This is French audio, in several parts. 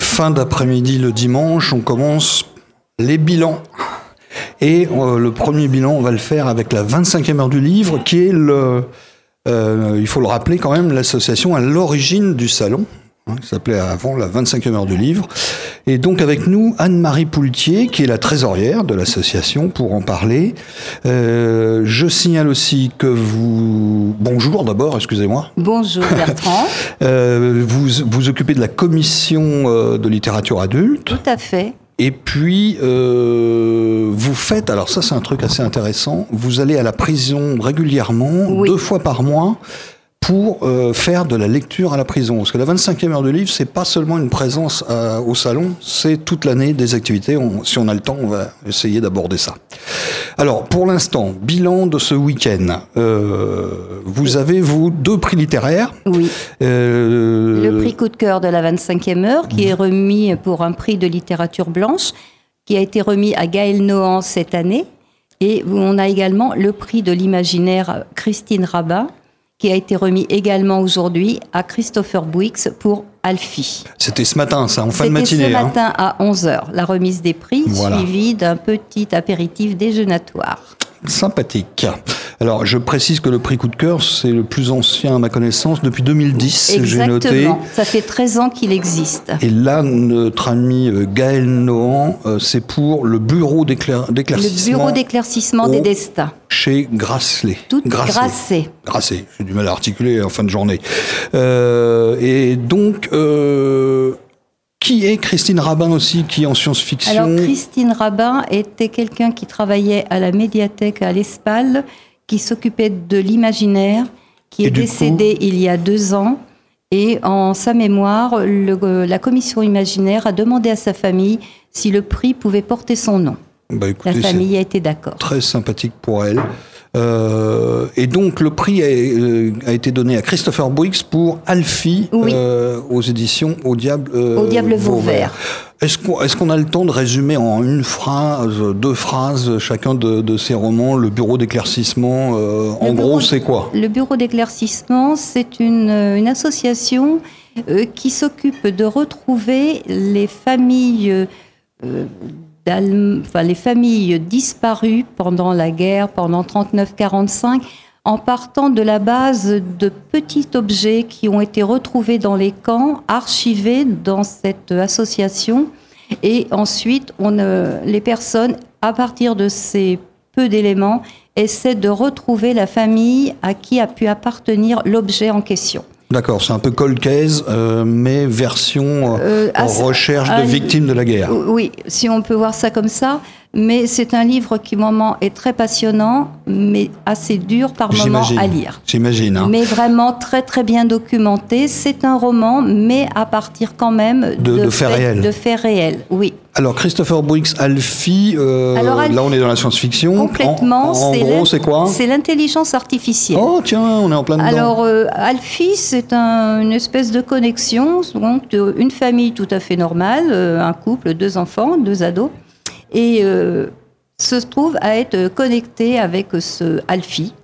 fin d'après-midi le dimanche, on commence les bilans. Et euh, le premier bilan, on va le faire avec la 25e heure du livre, qui est, le, euh, il faut le rappeler quand même, l'association à l'origine du salon, hein, qui s'appelait avant la 25e heure du livre. Et donc avec nous, Anne-Marie Poultier, qui est la trésorière de l'association, pour en parler. Euh, je signale aussi que vous... Bonjour d'abord, excusez-moi. Bonjour Bertrand. Euh, vous vous occupez de la commission euh, de littérature adulte. Tout à fait. Et puis, euh, vous faites, alors ça c'est un truc assez intéressant, vous allez à la prison régulièrement, Oui. deux fois par mois, pour euh, faire de la lecture à la prison. Parce que la 25e heure de livre, c'est pas seulement une présence à- au salon, c'est toute l'année des activités. On- si on a le temps, on va essayer d'aborder ça. Alors, pour l'instant, bilan de ce week-end. Euh, vous avez, vous, deux prix littéraires. Oui. Euh, Le prix coup de cœur de la 25e heure, qui est remis pour un prix de littérature blanche, qui a été remis à Gaël Nohan cette année. Et où on a également le prix de l'imaginaire Christine Rabin, qui a été remis également aujourd'hui à Christopher Bouix pour Alfie. C'était ce matin, ça, en fin de C'était matinée. ce hein. matin à 11h, la remise des prix, Voilà. suivie d'un petit apéritif déjeunatoire. Sympathique. Alors, je précise que le prix coup de cœur, c'est le plus ancien à ma connaissance depuis 2010, j'ai noté. Exactement, ça fait 13 ans qu'il existe. Et là, notre ami euh, Gaël Nohan, euh, c'est pour le bureau d'éclair- Le d'éclaircissement bureau d'éclaircissement au- des destins. chez Grasselet. Tout Grasselet. grassé. Grasset, j'ai du mal à articuler en fin de journée. Euh, et donc, euh, qui est Christine Rabin aussi, qui est en science-fiction Alors Christine Rabin était quelqu'un qui travaillait à la médiathèque à l'Espal, qui s'occupait de l'imaginaire, qui Et est du coup- décédée il y a deux ans. Et en sa mémoire, le- la commission imaginaire a demandé à sa famille si le prix pouvait porter son nom. Bah, La écoutez, c'est- famille a été d'accord. très sympathique pour elle. Euh, et donc le prix a, euh, a été donné à Christopher Briggs pour Alfie Oui. euh, aux éditions Au Diable, euh, Au Diable Vauvert. Est-ce qu'on est-ce qu'on a le temps de résumer en une phrase, deux phrases, chacun de, de ces romans, le bureau d'éclaircissement euh, En Le bureau gros, d- c'est quoi Le bureau d'éclaircissement, c'est une, euh, une association euh, qui s'occupe de retrouver les familles, euh, euh, d'Allem- enfin, les familles disparues pendant la guerre, pendant 39-45, en partant de la base de petits objets qui ont été retrouvés dans les camps, archivés dans cette association. Et ensuite, on, euh, les personnes, à partir de ces peu d'éléments, essaient de retrouver la famille à qui a pu appartenir l'objet en question. D'accord, c'est un peu cold case, euh, mais version euh, Euh, à- recherche à- de victimes de la guerre. Oui, si on peut voir ça comme ça. Mais c'est un livre qui, moment, est très passionnant, mais assez dur par moment J'imagine. à lire. J'imagine. hein. Mais vraiment très très bien documenté. C'est un roman, mais à partir quand même De- de faits faits- réels. De faits réels, oui. Alors Christopher Briggs, Alfie, euh, Alors, Alfie, là on est dans la science-fiction. En- Complètement. En, gros, l'in- c'est quoi C'est l'intelligence artificielle. Oh tiens, on est en plein dedans. Alors, euh, Alfie, c'est un- une espèce de connexion, donc de- une famille tout à fait normale, euh, un couple, deux enfants, deux ados, et euh, se trouve à être connecté avec ce Alfie.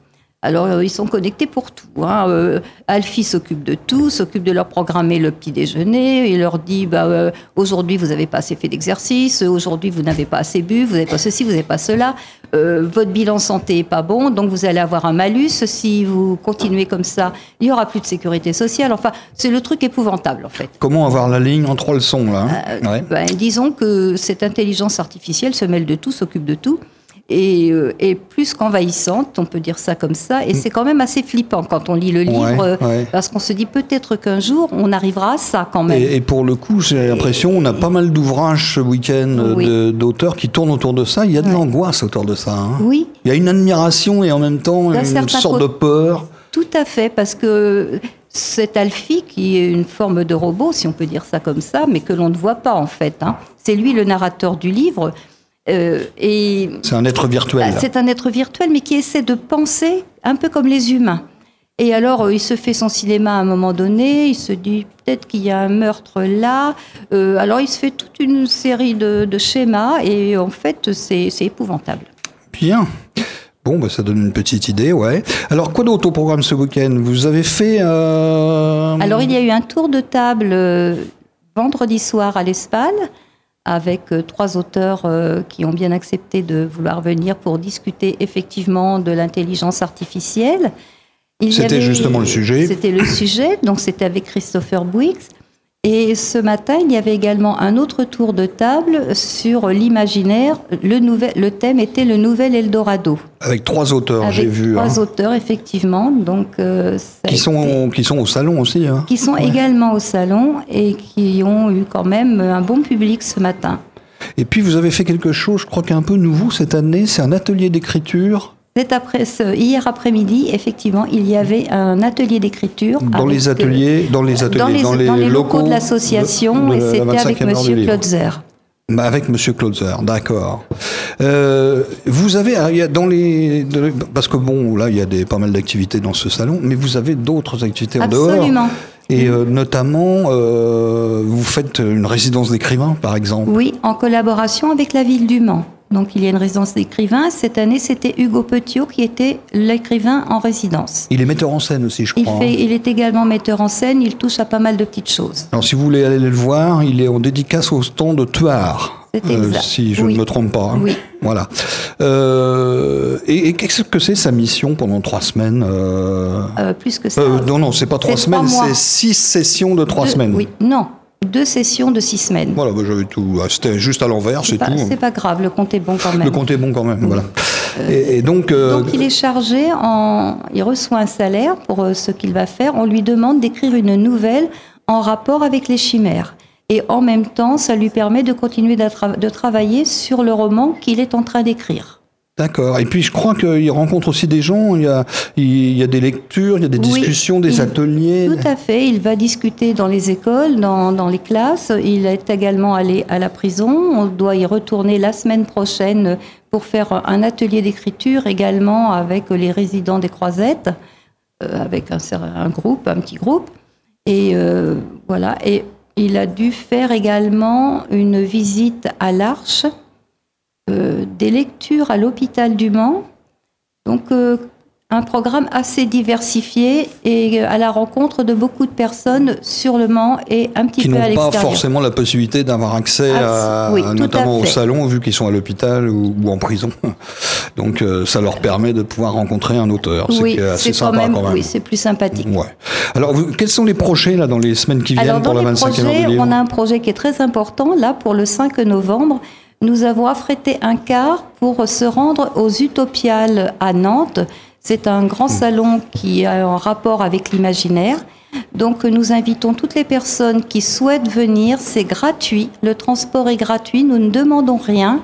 Alors, euh, ils sont connectés pour tout. Hein. Euh, Alfie s'occupe de tout, s'occupe de leur programmer le petit déjeuner. Il leur dit bah, euh, aujourd'hui, vous n'avez pas assez fait d'exercice, aujourd'hui, vous n'avez pas assez bu, vous n'avez pas ceci, vous n'avez pas cela. Euh, votre bilan santé n'est pas bon, donc vous allez avoir un malus. Si vous continuez comme ça, il n'y aura plus de sécurité sociale. Enfin, c'est le truc épouvantable, en fait. Comment avoir la ligne en trois leçons là hein Euh, Ouais. ben, disons que cette intelligence artificielle se mêle de tout, s'occupe de tout, et euh, est plus qu'envahissante, on peut dire ça comme ça, et c'est quand même assez flippant quand on lit le livre, euh, Mm. ouais. parce qu'on se dit peut-être qu'un jour on arrivera à ça quand même. Et, et pour le coup, j'ai l'impression, on a pas mal d'ouvrages ce week-end euh, Oui. de- d'auteurs qui tournent autour de ça. Il y a de Ouais. l'angoisse autour de ça. hein. Oui, Il y a une admiration et en même temps D'un une certain sorte côté. de peur. tout à fait, parce que cet Alfie, qui est une forme de robot, si on peut dire ça comme ça, mais que l'on ne voit pas en fait, hein, c'est lui le narrateur du livre, euh, et C'est un être virtuel. Ah, C'est un être virtuel, mais qui essaie de penser un peu comme les humains. Et alors, euh, il se fait son cinéma à un moment donné, il se dit peut-être qu'il y a un meurtre là. Euh, alors, il se fait toute une série de, de schémas, et en fait, c'est c'est épouvantable. Bien. Bon, bah, ça donne une petite idée, ouais. Alors, quoi d'autre au programme ce week-end Vous avez fait... euh, Alors, il y a eu un tour de table euh, vendredi soir à l'Espal avec euh, trois auteurs euh, qui ont bien accepté de vouloir venir pour discuter effectivement de l'intelligence artificielle. Il y C'était avait- justement le sujet. C'était le sujet, donc c'était avec Christopher Bouix. Et ce matin, il y avait également un autre tour de table sur l'imaginaire. Le, nouvel- le thème était le nouvel Eldorado. Avec trois auteurs, j'ai avec vu, trois hein, auteurs, effectivement. Donc, euh, ça a qui, été- sont, qui sont au salon aussi. hein. qui sont également au salon et qui ont eu quand même un bon public ce matin. Et puis vous avez fait quelque chose, je crois qu'un peu nouveau cette année, c'est un atelier d'écriture Cet après, ce- hier après-midi, effectivement, il y avait un atelier d'écriture. dans avec, les euh, ateliers, dans les ateliers, dans les, dans les locaux, de de- l'association de et la c'était avec 25e heure du Monsieur livre. Klotzer. Bah, avec Monsieur Klotzer, d'accord. Euh, vous avez alors, il y a dans les de- parce que bon là il y a des pas mal d'activités dans ce salon, mais vous avez d'autres activités en dehors. Absolument. Et euh, notamment, euh, vous faites une résidence d'écrivain, par exemple. Oui, en collaboration avec la ville du Mans. Donc il y a une résidence d'écrivains. Cette année, c'était Hugo Petiot qui était l'écrivain en résidence. Il est metteur en scène aussi, je Il, crois. hein. fait, il est également metteur en scène, il touche à pas mal de petites choses. Alors, si vous voulez aller le voir, il est en dédicace au stand de Tuard. euh, C'est exact. si je Oui. ne me trompe pas. hein. Oui. Voilà. Euh, et et qu'est-ce que c'est sa mission pendant trois semaines euh, Euh, plus que ça. euh, Non, non, c'est pas trois C'est semaines, trois mois. c'est six sessions de trois Deux- semaines. Oui, non, deux sessions de six semaines. Voilà, bah, j'avais tout. ah, C'était juste à l'envers, c'est c'est pas, tout. hein. c'est pas grave, le compte est bon quand même. Le compte est bon quand même, voilà. Et, et donc, euh, Donc il est chargé, en, il reçoit un salaire pour euh, ce qu'il va faire. On lui demande d'écrire une nouvelle en rapport avec les chimères. Et en même temps, ça lui permet de continuer d'à tra- de travailler sur le roman qu'il est en train d'écrire. D'accord. Et puis je crois qu'il rencontre aussi des gens. Il y a, il y a des lectures, il y a des Oui, discussions, des il- ateliers. Tout à fait, il va discuter dans les écoles, dans, dans les classes. Il est également allé à la prison. On doit y retourner la semaine prochaine pour faire un atelier d'écriture également avec les résidents des Croisettes, euh, avec un, cer- un groupe, un petit groupe. Et euh, voilà. Et il a dû faire également une visite à l'Arche, euh, des lectures à l'hôpital du Mans. Donc, euh, un programme assez diversifié et euh, à la rencontre de beaucoup de personnes sur le Mans et un petit qui peu à n'ont pas l'extérieur. forcément la possibilité d'avoir accès Ah, à, si, oui, tout notamment à au fait. salon vu qu'ils sont à l'hôpital ou, ou en prison. Donc euh, ça leur permet de pouvoir rencontrer un auteur. Oui, c'est assez c'est quand sympa même, quand même. oui, c'est plus sympathique. Ouais. Alors vous- quels sont les projets là dans les semaines qui viennent Alors, dans pour la les 25e projets, heure du livre on a un projet qui est très important. Là, pour le 5 novembre, nous avons affrété un car pour se rendre aux Utopiales à Nantes. C'est un grand Hmm. salon qui a un rapport avec l'imaginaire. Donc, nous invitons toutes les personnes qui souhaitent venir. C'est gratuit. Le transport est gratuit. Nous ne demandons rien.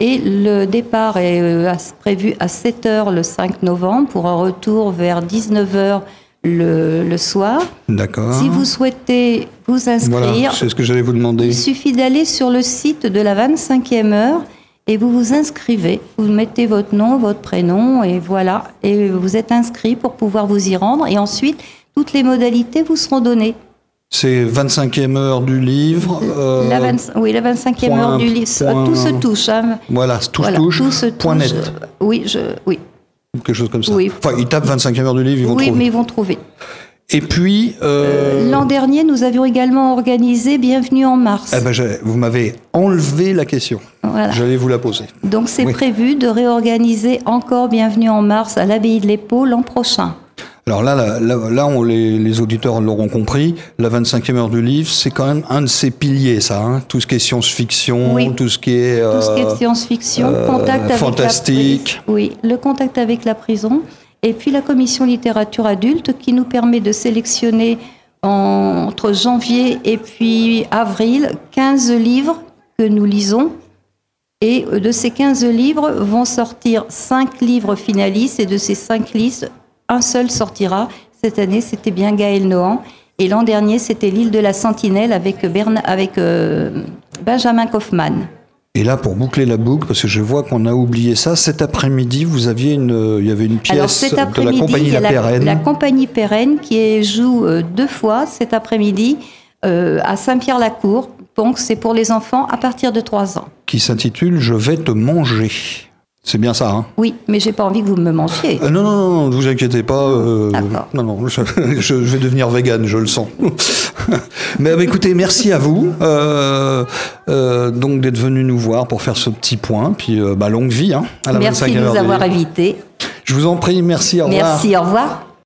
Et le départ est euh, à- prévu à 7h le 5 novembre pour un retour vers 19h le, le soir. D'accord. Si vous souhaitez vous Hein Voilà, inscrire, c'est ce que j'allais vous demander. il suffit d'aller sur le site de la 25e heure et vous vous inscrivez. Vous mettez votre nom, votre prénom et voilà. Et vous êtes inscrit pour pouvoir vous y rendre. Et ensuite, toutes les modalités vous seront données. C'est 25e heure du livre. euh, la 25 oui, la 25e point- heure du lycée. point- Tout se touche. hein. Voilà, touche Voilà, touche. tout se point touche. net. Oui, je- oui. quelque chose comme ça. Oui. Enfin, ils tapent 25e heure du livre, ils vont oui trouver. mais ils vont trouver. Et puis, euh, L'an dernier, nous avions également organisé Bienvenue en mars. eh ben, j'ai- vous m'avez enlevé la question. Voilà. J'allais vous la poser. Donc c'est Oui. prévu de réorganiser encore Bienvenue en mars à l'abbaye de l'Épau l'an prochain. Alors là, là, là, là, on, les, les auditeurs l'auront compris, la 25e heure du livre, c'est quand même un de ses piliers, ça. hein. Tout ce qui est science-fiction, Oui. tout ce qui est... Tout ce qui euh, est science-fiction, euh, contact avec fantastique. la prison. Oui, le contact avec la prison. Et puis la commission littérature adulte qui nous permet de sélectionner en- entre janvier et puis avril 15 livres que nous lisons. Et de ces 15 livres vont sortir 5 livres finalistes et de ces 5 listes, un seul sortira. Cette année, c'était bien Gaël Nohan. Et l'an dernier, c'était L'île de la Sentinelle avec, Berna- avec euh, Benjamin Kaufmann. Et là, pour boucler la boucle, parce que je vois qu'on a oublié ça, cet après-midi, vous aviez une, euh, il y avait une Alors pièce cet de la après-midi, compagnie il y a La Pérenne. la compagnie pérenne qui est- joue euh, deux fois cet après-midi euh, à Saint-Pierre-la-Cour. Donc c'est pour les enfants à partir de 3 ans. qui s'intitule Je vais te manger. C'est bien ça, hein Oui, mais j'ai pas envie que vous me mangiez. Euh, non, non, non, ne vous inquiétez pas. euh, D'accord. non, non, je, je vais devenir vegan, je le sens. Mais euh, écoutez, merci à vous euh, euh, donc d'être venu nous voir pour faire ce petit point. Puis euh, bah, longue vie hein, à la 25e Merci de heure nous des avoir livres. invités. Je vous en prie, merci, au revoir. Merci, au revoir.